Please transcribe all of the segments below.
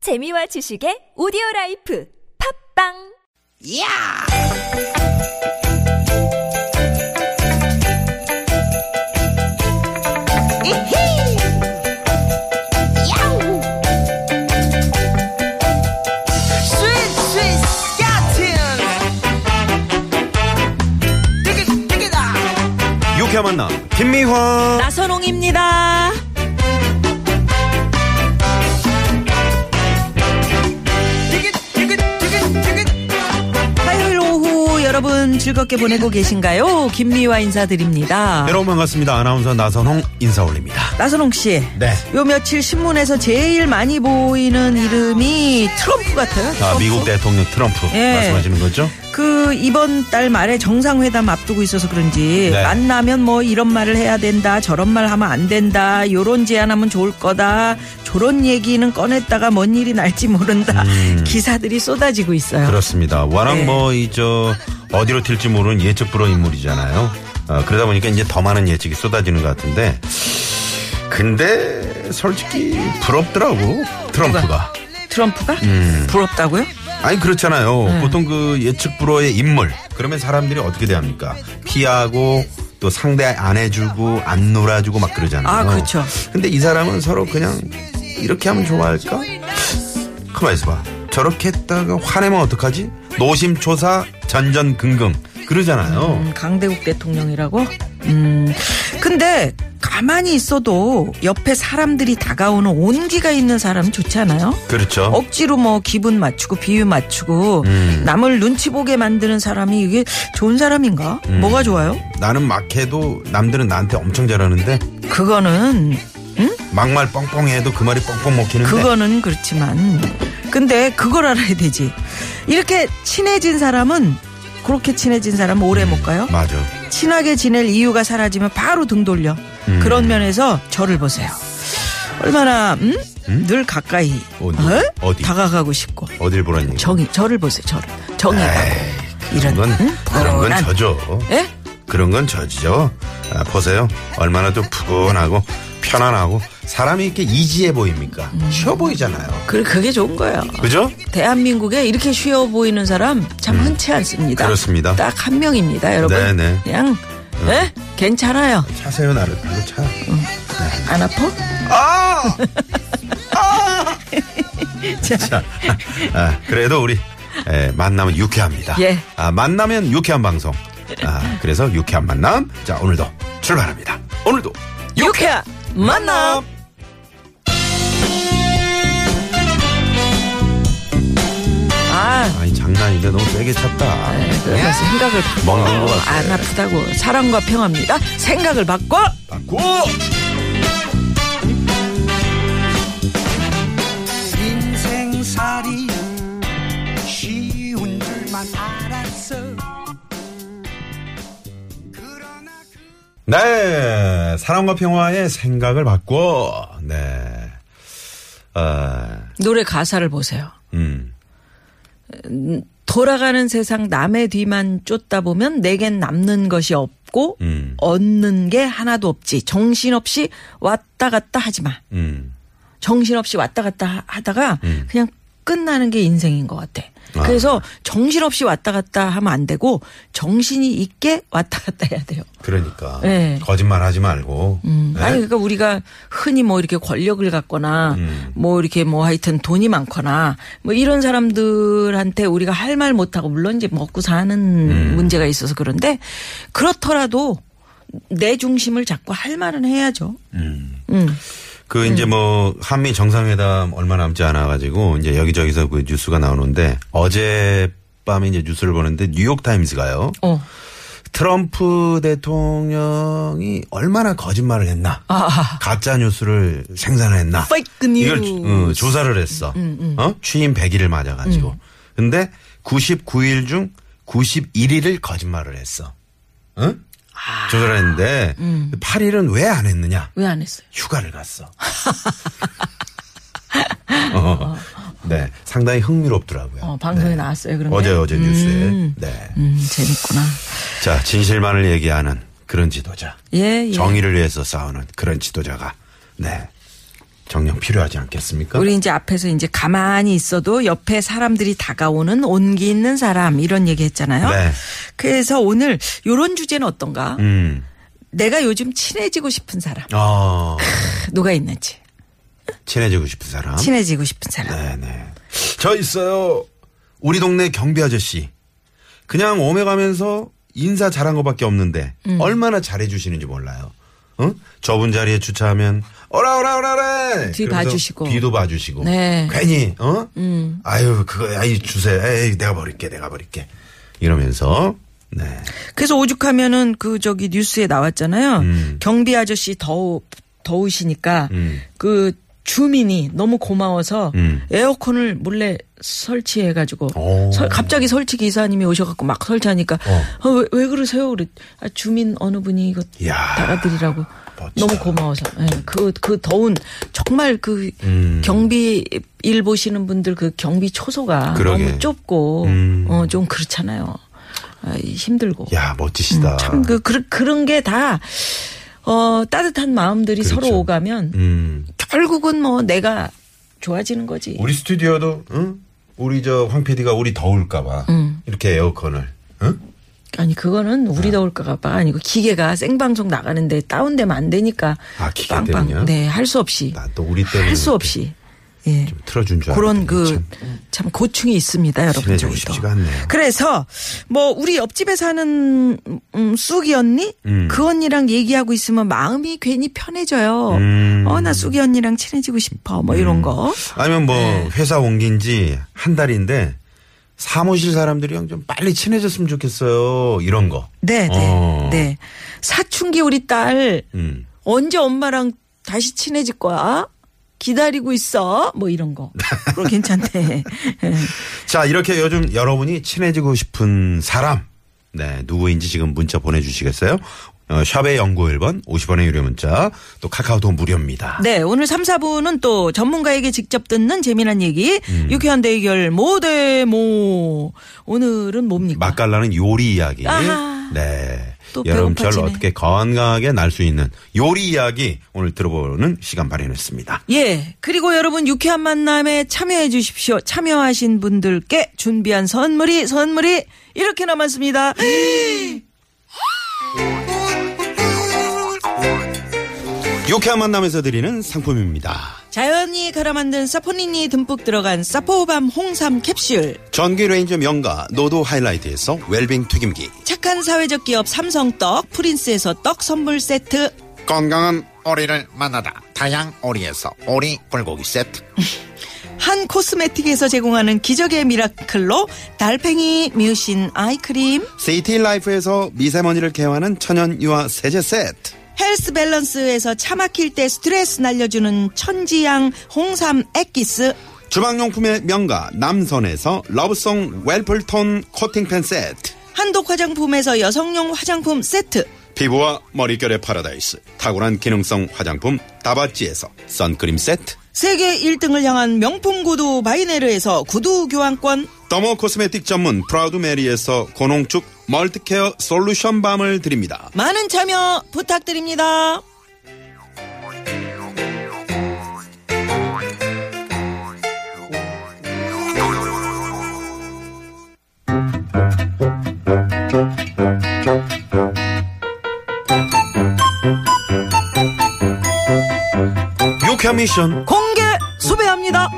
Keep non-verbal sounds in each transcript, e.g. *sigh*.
재미와 지식의 오디오 라이프 팝빵 야! 이히! 야우! 스윗, 스윗, 스카틴! 띠깃, 띠깃아! 유쾌한 만남 김미화 나선홍입니다. 띠깃, 띠깃, 띠깃, 띠깃! 화요일 오후 여러분 즐겁게 보내고 계신가요? 김미화 인사드립니다. 여러분 반갑습니다 아나운서 나선홍 인사 올립니다 나선홍 씨. 네. 요 며칠 신문에서 제일 많이 보이는 이름이 트럼프 같아요. 아, 트럼프. 미국 대통령 트럼프 예. 말씀하시는 거죠 그 이번 달 말에 정상회담 앞두고 있어서 그런지 네. 만나면 뭐 이런 말을 해야 된다 저런 말 하면 안 된다 요런 제안하면 좋을 거다 저런 얘기는 꺼냈다가 뭔 일이 날지 모른다 기사들이 쏟아지고 있어요. 음. 그렇습니다 워낙 네. 뭐 이 저 어디로 튈지 모르는 예측 불허 인물이잖아요 아, 그러다 보니까 이제 더 많은 예측이 쏟아지는 것 같은데 근데 솔직히 부럽더라고 그러니까. 트럼프가 트럼프가 음. 부럽다고요? 아니 그렇잖아요. 네. 보통 그 예측 불허의 인물 그러면 사람들이 어떻게 대합니까? 피하고 또 상대 안 해주고 안 놀아주고 막 그러잖아요. 아, 그렇죠. 근데 이 사람은 서로 그냥 이렇게 하면 좋아할까? 가만 있어봐. 저렇게 했다가 화내면 어떡하지? 노심초사 전전긍긍 그러잖아요. 음, 강대국 대통령이라고? 음. 근데 가만히 있어도 옆에 사람들이 다가오는 온기가 있는 사람 좋지 않아요? 그렇죠. 억지로 뭐 기분 맞추고 비유 맞추고 남을 눈치 보게 만드는 사람이 이게 좋은 사람인가? 뭐가 좋아요? 나는 막 해도 남들은 나한테 엄청 잘하는데 그거는 막말 뻥뻥해도 그 말이 뻥뻥 먹히는데 그거는 그렇지만 근데 그걸 알아야 되지. 이렇게 친해진 사람은 그렇게 친해진 사람은 오래 못 가요? 맞아. 친하게 지낼 이유가 사라지면 바로 등 돌려. 음. 그런 면에서 저를 보세요. 얼마나 음? 늘 가까이 어디? 어? 어디? 다가가고 싶고 어딜 보라는 얘기. 정이 저를 보세요. 저를 정이 가고 그런 이런 건 음? 그런 건 포근한. 저죠. 예? 그런 건 저지죠. 아, 보세요. 얼마나 좀 푸근하고 편안하고 사람이 이렇게 이지해 보입니까? 쉬워 보이잖아요. 그 그게 좋은 거예요. 그죠? 대한민국에 이렇게 쉬워 보이는 사람 참 흔치 않습니다. 음. 그렇습니다. 딱 한 명입니다, 여러분. 네네. 어. 그냥 예? 괜찮아요. 차세요 나를 그리고 차. 안 아파? 아! 아! 자, 아, 그래도 우리 에, 만나면 유쾌합니다. 예. 아, 만나면 유쾌한 방송. 아, 그래서 유쾌한 만남. 자, 오늘도 출발합니다. 오늘도 유쾌한 만남. 아, 아니 장난인데 너무 세게 찼다. 그래서 생각을 멍한 네. 것 바꿔 같아. 안 네. 아프다고 사랑과 평화입니다 생각을 바꿔 바꾸. 인생살이 쉬운 줄만 알았어. 그러나 그 네, 사랑과 평화의 생각을 바꿔. 네. 아, 노래 가사를 보세요 음. 돌아가는 세상 남의 뒤만 쫓다 보면 내겐 남는 것이 없고 음. 얻는 게 하나도 없지 정신없이 왔다 갔다 하지마 음. 정신없이 왔다 갔다 하- 하다가 그냥 끝나는 게 인생인 것 같아 그래서 정신없이 왔다 갔다 하면 안 되고 정신이 있게 왔다 갔다 해야 돼요 그러니까 네. 거짓말 하지 말고. 네? 아니 그러니까 우리가 흔히 뭐 이렇게 권력을 갖거나 음. 뭐 이렇게 뭐 하여튼 돈이 많거나 뭐 이런 사람들한테 우리가 할 말 못하고 물론 이제 먹고 사는 음. 문제가 있어서 그런데 그렇더라도 내 중심을 잡고 할 말은 해야죠. 음. 음. 그 이제 뭐 한미 정상회담 얼마 남지 않아 가지고 이제 여기저기서 그 뉴스가 나오는데 어젯밤에 이제 뉴스를 보는데 뉴욕 타임스가요. 어. 트럼프 대통령이 얼마나 거짓말을 했나. 아. 가짜 뉴스를 생산했나. 페이크 이걸 뉴스. 어, 조사를 했어. 음, 어? 취임 100일을 맞아 가지고. 근데 99일 중 91일을 거짓말을 했어. 응? 아. 조사를 했는데 음. 8일은 왜 안 했느냐? 왜 안 했어요? 휴가를 *laughs* 갔어. 어, 네, 상당히 흥미롭더라고요. 어, 방송에 네. 나왔어요. 그런 어제 게? 어제 뉴스에. 네. 음, 재밌구나. 자, 진실만을 얘기하는 그런 지도자. 예, 예. 정의를 위해서 싸우는 그런 지도자가 네 정녕 필요하지 않겠습니까? 우리 이제 앞에서 이제 가만히 있어도 옆에 사람들이 다가오는 온기 있는 사람 이런 얘기 했잖아요. 네. 그래서 오늘 요런 주제는 어떤가? 음. 내가 요즘 친해지고 싶은 사람 어, 누가 있는지 친해지고 싶은 사람. 친해지고 싶은 사람 네네. 저 있어요. 우리 동네 경비 아저씨. 그냥 오메가면서 인사 잘한 것밖에 없는데 음. 얼마나 잘해주시는지 몰라요. 응? 좁은 자리에 주차하면 어라 어라 어라 어라. 뒤 그러면서 봐주시고. 뒤도 봐주시고. 네. 음. 괜히 어? 아유 그거 아이 주세요. 에이 내가 버릴게 내가 버릴게. 이러면서 네. 그래서 오죽하면은 그 저기 뉴스에 나왔잖아요 음. 경비 아저씨 더우 더우시니까 그 주민이 너무 고마워서 음. 에어컨을 몰래 설치해가지고 오. 설- 갑자기 설치 기사님이 오셔갖고 막 설치하니까 어. 어, 왜, 왜 그러세요? 그래 아, 주민 어느 분이 이거 이야. 달아드리라고 멋지다. 너무 고마워서 그그 그 더운 정말 그 음. 경비 일 보시는 분들 그 경비 초소가 그러게. 너무 좁고 음. 어, 좀 그렇잖아요. 아, 힘들고 야 멋지시다. 참 그 그런 게 다 어, 따뜻한 마음들이 그렇죠. 서로 오가면 음. 결국은 뭐 내가 좋아지는 거지. 우리 스튜디오도 응? 우리 저 황 PD가 우리 더울까봐 음. 이렇게 에어컨을 응? 아니 그거는 우리 더울까가 아니고 기계가 생방송 나가는데 다운되면 안 되니까 아, 기계 때문에요? 네할 수 없이 나 또 우리 할 때문에 수 이렇게 없이 예 틀어준 줄 그런 알았더니 네, 참. 그 참 고충이 있습니다 여러분 친해지고 저희도. 싶지가 않네요. 그래서 뭐 우리 옆집에 사는 음, 쑥이 언니 음. 그 언니랑 얘기하고 있으면 마음이 괜히 편해져요. 음. 어 나 쑥이 언니랑 친해지고 싶어 뭐 이런 거. 아니면 뭐 네. 회사 옮긴 지 한 달인데 사무실 사람들이랑 좀 빨리 친해졌으면 좋겠어요. 이런 거. 네, 네, 어. 네. 사춘기 우리 딸 음. 언제 엄마랑 다시 친해질 거야? 기다리고 있어. 뭐 이런 거. 그럼 괜찮대. *laughs* 자, 이렇게 요즘 여러분이 친해지고 싶은 사람. 네, 누구인지 지금 문자 보내주시겠어요? 어, 샵의 091번, 50원의 유료 문자, 또 카카오톡 무료입니다. 네, 오늘 3, 4부는 또 전문가에게 직접 듣는 재미난 얘기. 유쾌한 대결 모대모. 오늘은 뭡니까? 맛깔나는 요리 이야기. 아하. 네. 또 여름철 배고파지네. 어떻게 건강하게 날 수 있는 요리 이야기 오늘 들어보는 시간 마련했습니다. 예. 그리고 여러분 유쾌한 만남에 참여해 주십시오. 참여하신 분들께 준비한 선물이 선물이 이렇게 남았습니다. 유쾌한 만남에서 드리는 상품입니다. 자연이 갈아 만든 사포닌이 듬뿍 들어간 사포밤 홍삼 캡슐. 전기 레인저 명가 노도 하이라이트에서 웰빙 튀김기. 착한 사회적 기업 삼성떡 프린스에서 떡 선물 세트. 건강한 오리를 만나다 다양 오리에서 오리 불고기 세트 한 코스메틱에서 제공하는 기적의 미라클로 달팽이 뮤신 아이크림 세이티 라이프에서 미세먼지를 개화하는 천연 유화 세제 세트. 헬스 밸런스에서 차 막힐 때 스트레스 날려주는 천지양 홍삼 액기스 주방용품의 명가 남선에서 러브송 웰플톤 코팅팬 세트. 한독 화장품에서 여성용 화장품 세트 피부와 머릿결의 파라다이스. 탁월한 기능성 화장품 다바찌에서 선크림 세트. 세계 1등을 향한 명품 구두 바이네르에서 구두 교환권 더모 코스메틱 전문 프라우드 메리에서 고농축 멀티케어 솔루션 밤을 드립니다. 많은 참여 부탁드립니다 유쾌한 미션. 공개 수배합니다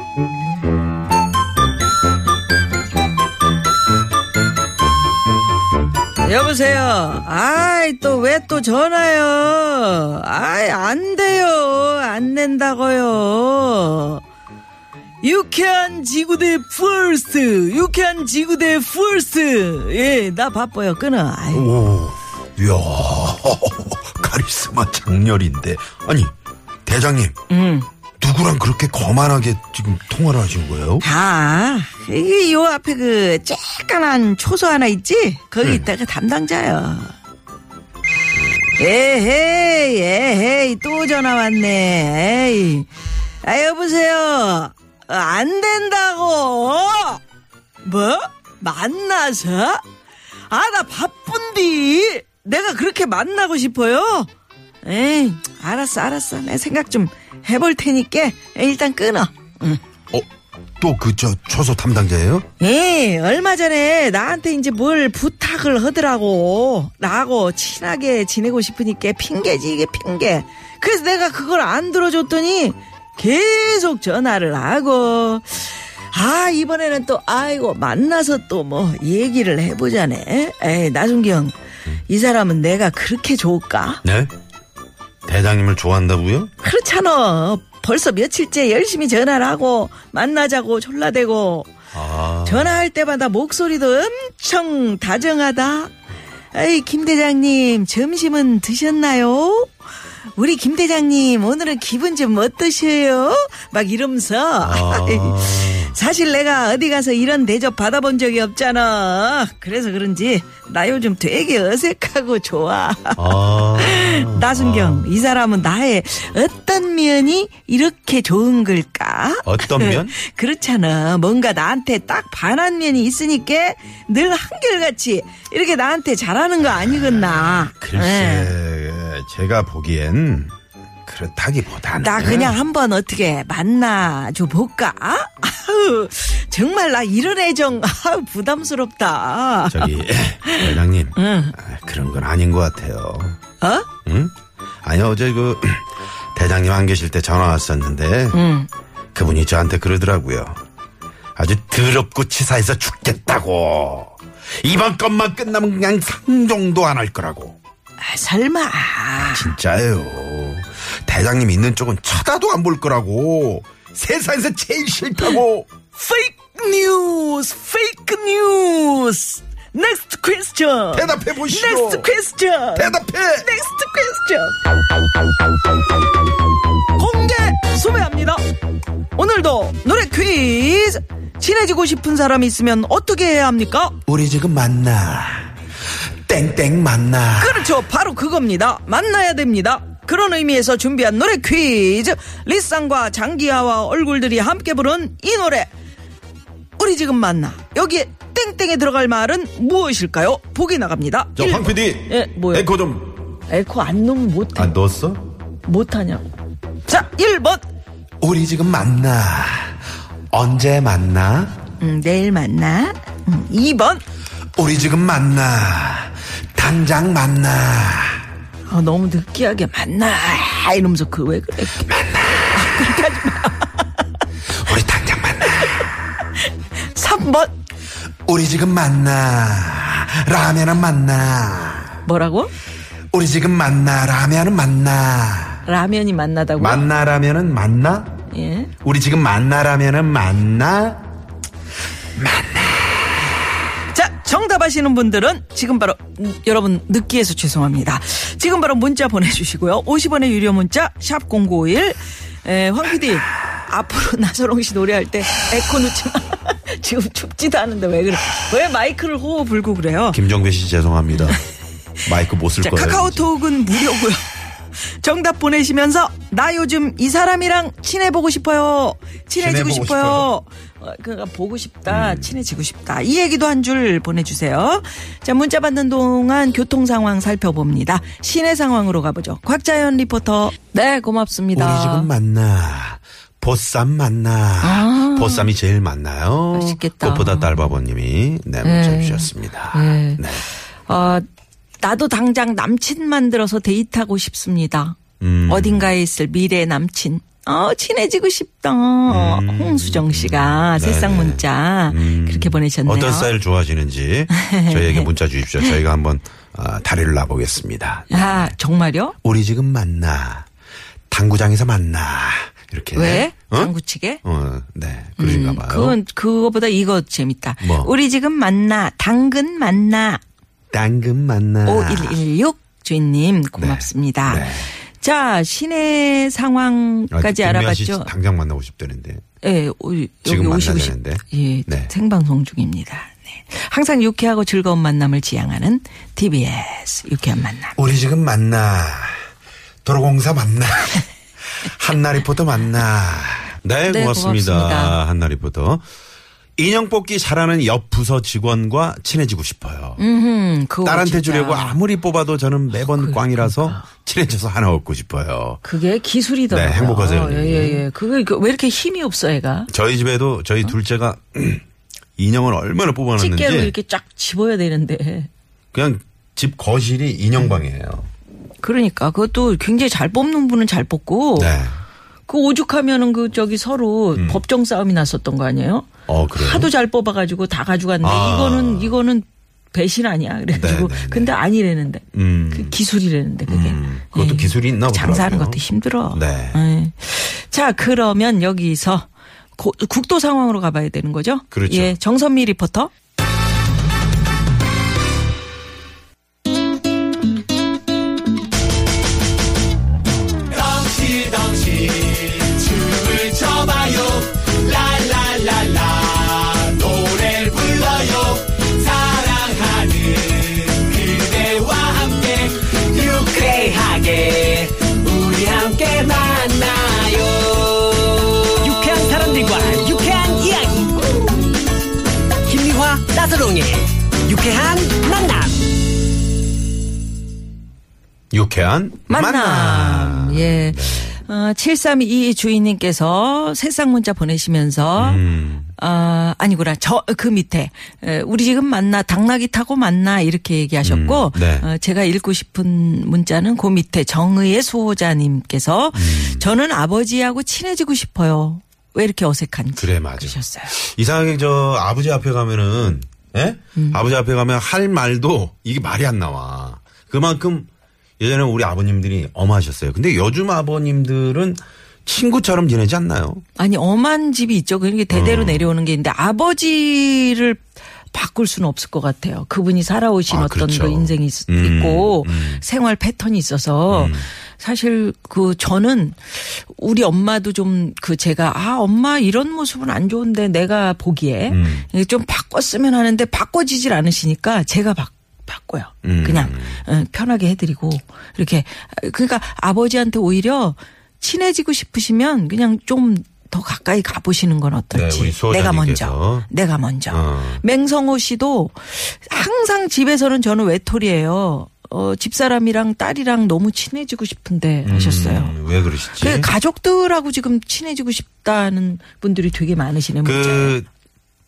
여보세요. 아이, 또 왜 또 전화요? 아이, 안 돼요. 안 낸다고요. 유쾌한 지구대 퍼스트. 유쾌한 지구대 퍼스트. 예, 나 바빠요. 끊어. 아이. 오, *laughs* 이야, 카리스마 장렬인데. 아니, 대장님. 음. 누구랑 그렇게 거만하게 지금 통화를 하신 거예요? 아, 이게 요 앞에 그 쬐깐한 초소 하나 있지? 거기 있다가 담당자요. 에헤이, 에헤이, 또 전화 왔네. 에이. 아, 여보세요. 어, 안 된다고. 뭐? 만나서? 아, 나 바쁜디. 내가 그렇게 만나고 싶어요? 에이, 알았어, 알았어. 내 생각 좀 해볼 테니까 일단 끊어. 응. 어, 또 그 저 초소 담당자예요? 예, 얼마 전에 나한테 이제 뭘 부탁을 하더라고. 나하고 친하게 지내고 싶으니까 핑계지, 이게 핑계. 그래서 내가 그걸 안 들어줬더니 계속 전화를 하고. 아, 이번에는 또, 아이고, 만나서 또 뭐, 얘기를 해보자네. 에이, 나순기 형. 이 사람은 내가 그렇게 좋을까? 네? 대장님을 좋아한다고요? 그렇잖아. 벌써 며칠째 열심히 전화를 하고, 만나자고 졸라대고, 아, 전화할 때마다 목소리도 엄청 다정하다. 에이, 김 대장님, 점심은 드셨나요? 우리 김 대장님, 오늘은 기분 좀 어떠세요? 막 이러면서. 아. *laughs* 사실 내가 어디 가서 이런 대접 받아본 적이 없잖아. 그래서 그런지 나 요즘 되게 어색하고 좋아. 아. *laughs* 나순경, 이 사람은 나의 어떤 면이 이렇게 좋은 걸까? 어떤 *laughs* 면? 네. 그렇잖아. 뭔가 나한테 딱 반한 면이 있으니까 늘 한결같이 이렇게 나한테 잘하는 거 아니겠나. 예. 글쎄, 제가 보기엔 그렇다기보다는. 나 그냥 한번 어떻게 만나줘 볼까? 아우, 정말 나 이런 애정, 아우, 부담스럽다. 저기, *laughs* 회장님. 아, 그런 건 아닌 것 같아요. 어? 응? 아니, 어제 그, *clears throat* 대장님 안 계실 때 전화 왔었는데, 그분이 저한테 그러더라고요. 아주 더럽고 치사해서 죽겠다고. 이번 것만 끝나면 그냥 상종도 안 할 거라고. 아, 설마. 진짜예요. 대장님 있는 쪽은 쳐다도 안 볼 거라고. 세상에서 제일 싫다고. 페이크 뉴스, 페이크 뉴스. 넥스트 퀘스천. 대답해 보시죠. 네, 넥스트 퀘스천. 대답해. 넥스트 퀘스천 공개 소개합니다 오늘도 노래 퀴즈 친해지고 싶은 사람이 있으면 어떻게 해야 합니까? 우리 지금 만나. 땡땡 만나. 그렇죠 바로 그겁니다 만나야 됩니다 그런 의미에서 준비한 노래 퀴즈 리쌍과 장기하와 얼굴들이 함께 부른 이 노래 우리 지금 만나 여기에 땡땡에 들어갈 말은 무엇일까요? 보기 나갑니다 저 일- 황 PD. 예, 뭐요? 에코 좀. 에코 안 넣으면 못해 안 넣었어? 못하냐고 자 1번 우리 지금 만나. 언제 만나? 음, 내일 만나. 음, 2번. 우리 지금 만나. 당장 만나. 어, 너무 느끼하게 만나. 이러면서 그 왜 그래? 우리 당장 만나. 3번. 우리 지금 만나. 라면은 만나. 뭐라고? 우리 지금 만나. 라면은 만나. 라면이 만나다고? 만나라면은 만나? 예. 우리 지금 만나라면은 만나? 자, 정답 아시는 분들은 지금 바로 음, 여러분 느끼해서 죄송합니다. 지금 바로 문자 보내주시고요. 50원의 유료 문자 샵 #0951. 에, 황 PD 앞으로 *laughs* 나선홍 씨 노래할 때 에코 넣지 마. *laughs* 지금 춥지도 않은데 왜 그래? 왜 마이크를 호호 불고 그래요? 김정배 씨 죄송합니다. 마이크 못 쓸 자, 거예요. 카카오톡은 무료고요. 정답 보내시면서 나 요즘 이 사람이랑 친해보고 싶어요. 친해지고 친해보고 음. 싶어요. 어, 그러니까 보고 싶다, 친해지고 싶다. 이 얘기도 한 줄 보내주세요. 자 문자 받는 동안 교통 상황 살펴봅니다. 시내 상황으로 가보죠. 곽자연 리포터. 네, 고맙습니다. 우리 지금 만나. 보쌈 만나. 보쌈이 제일 만나요. 아. 맛있겠다. 꽃보다 딸바보님이 네, 문자 네. 주셨습니다. 네. 네. 어, 나도 당장 남친 만들어서 데이트하고 싶습니다. 음. 어딘가에 있을 미래 남친. 어, 친해지고 싶다. 어, 음. 홍수정 씨가 새싹 문자 그렇게 보내셨네요. 네. 어떤 *laughs* 스타일 좋아하시는지 저희에게 문자 주십시오. 저희가 한번 아, 다리를 놔보겠습니다. 아, 정말요? 우리 지금 만나. 당구장에서 만나. 이렇게. 왜? 어? 당구치게? 음, 어, 네. 그러신가 봐요. 그건 그거보다 이거 재밌다. 뭐? 우리 지금 만나. 당근 만나. 당근 만나. 5116 주인님 고맙습니다. 아. 네. 자, 시내 상황까지 아, 김미아 씨 알아봤죠? 당장 만나고 싶다는데. 예, 오- 여기 지금 오시고 만나야 싶. 되는데. 예, 네. 생방송 중입니다. 네. 항상 유쾌하고 즐거운 만남을 지향하는 TBS 유쾌한 만남. 우리 지금 만나. 도로공사 *laughs* 만나. 한나리포터 만나. 네, 네, 고맙습니다. 고맙습니다. 한나리포터. 인형 뽑기 잘하는 옆 부서 직원과 친해지고 싶어요. 음, 그거 딸한테 진짜. 그러니까. 주려고 아무리 뽑아도 저는 매번 꽝이라서 친해져서 하나 얻고 싶어요. 그게 기술이더라고요. 네, 행복하세요, 예, 예, 예. 그게 그- 왜 이렇게 힘이 없어, 애가? 저희 집에도 저희 둘째가 *clears throat* 인형을 얼마나 집게로 뽑아놨는지 이렇게 쫙 집어야 되는데. 그냥 집 거실이 인형방이에요. 그러니까 그것도 굉장히 잘 뽑는 분은 잘 뽑고 네. 음. 그 오죽하면은 그 저기 서로 법정 싸움이 났었던 거 아니에요? 어, 그래요? 하도 잘 뽑아가지고 다 가져갔는데 아. 이거는 이거는 배신 아니야. 그래가지고 네, 네, 네. 근데 아니래는데 음. 그 기술이라는데 그게 음, 그것도 예. 기술이 있나 보더라고요. 장사하는 것도 힘들어. 네. 예. 자 그러면 여기서 고- 국도 상황으로 가봐야 되는 거죠? 그렇죠. 예, 정선미 리포터. 유쾌한 사람들과 유쾌한 이야기 김미화 나서롱의 유쾌한 만남 유쾌한 만남. 만남. 예. 어, 7322 주인님께서 새싹 문자 보내시면서 음. 아, 아니구나. 저 그 밑에 에, 우리 지금 만나 당나귀 타고 만나 이렇게 얘기하셨고 음, 네. 어, 제가 읽고 싶은 문자는 그 밑에 정의의 수호자님께서 음. 저는 아버지하고 친해지고 싶어요. 왜 이렇게 어색한지 그래, 맞아. 그러셨어요. 이상하게 저 아버지 앞에 가면은 예? 음. 아버지 앞에 가면 할 말도 이게 말이 안 나와. 그만큼 예전에 우리 아버님들이 엄하셨어요. 근데 요즘 아버님들은 친구처럼 지내지 않나요? 아니 엄한 집이 있죠. 그게 대대로 음. 내려오는 게 있는데 아버지를 바꿀 수는 없을 것 같아요. 그분이 살아오신 아, 어떤 그렇죠. 그 인생이 있- 음, 있고 음. 생활 패턴이 있어서 사실 그 저는 우리 엄마도 좀 그 제가 아 엄마 이런 모습은 안 좋은데 내가 보기에 음. 이게 좀 바꿨으면 하는데 바꿔지질 않으시니까 제가 바 바꿔요. 음. 그냥 어, 편하게 해드리고 이렇게 그러니까 아버지한테 오히려 친해지고 싶으시면 그냥 좀 더 가까이 가보시는 건 네, 우리 어떨지. 수호자님께서. 내가 먼저. 내가 먼저. 어. 맹성호 씨도 항상 집에서는 저는 외톨이에요. 어, 집사람이랑 딸이랑 너무 친해지고 싶은데 하셨어요. 음, 왜 그러시지? 그 가족들하고 지금 친해지고 싶다는 분들이 되게 많으시네요. 문자에. 음. 그,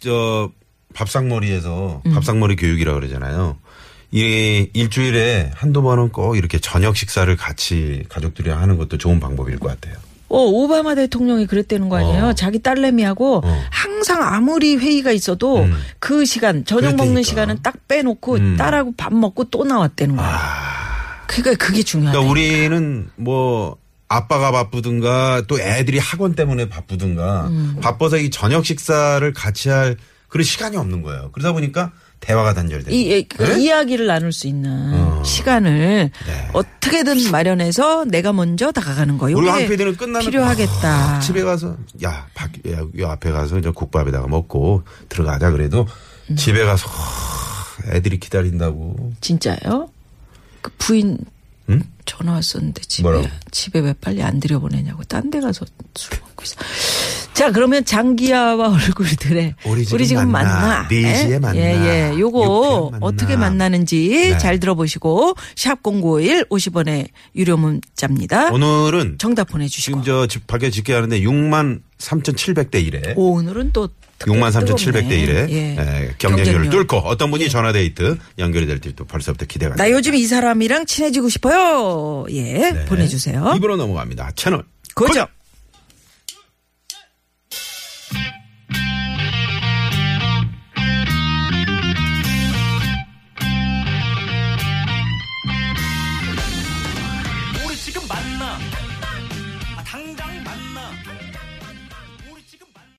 저, 밥상머리에서 밥상머리 교육이라고 그러잖아요. 이 일주일에 한두 번은 꼭 이렇게 저녁 식사를 같이 가족들이랑 하는 것도 좋은 방법일 것 같아요. 어, 오바마 대통령이 그랬다는 거 아니에요? 어. 자기 딸내미하고 어. 항상 아무리 회의가 있어도 음. 그 시간, 저녁 그랬다니까. 먹는 시간은 딱 빼놓고 음. 아. 딸하고 밥 먹고 또 나왔다는 거예요. 그러니까 그게 중요하다. 그러니까 우리는 뭐 아빠가 바쁘든가 또 애들이 학원 때문에 바쁘든가 음. 바빠서 이 저녁 식사를 같이 할 그런 시간이 없는 거예요. 그러다 보니까 대화가 단절돼요. 이, 이- 그 네? 어. 이야기를 나눌 수 있는 시간을 네. 어떻게든 마련해서 내가 먼저 다가가는 거예요. 우리 황 PD는 끝나면 필요하겠다. 아, 집에 가서 야, 밖, 야, 요 앞에 가서 저 국밥에다가 먹고 들어가자 그래도 음. 집에 가서 아, 애들이 기다린다고. 진짜요? 그 부인 응? 전화 왔었는데 집에 뭐라고? 집에 왜 빨리 안 들여보내냐고 딴 데 가서 술 먹고 있어. 자 그러면 장기야와 *laughs* 얼굴들의 우리 지금 만나. 네 예? 시에 만나. 예예 요거 육회에 만나. 어떻게 만나는지 네. 잘 들어보시고 샵 #051 50원의 유료 문자입니다. 오늘은 정답 지금 보내주시고 저 집 밖에 짓게 하는데 6만 3,700대 1에 오, 오늘은 또 특별히 63,700대 뜨겁네. 1에 예. 경쟁률을 경쟁률. 뚫고 어떤 분이 전화 데이트 연결이 될지 또 벌써부터 기대가 나 요즘 이 사람이랑 친해지고 싶어요. 예 됩니다. 보내주세요. 입으로 넘어갑니다. 채널 고정.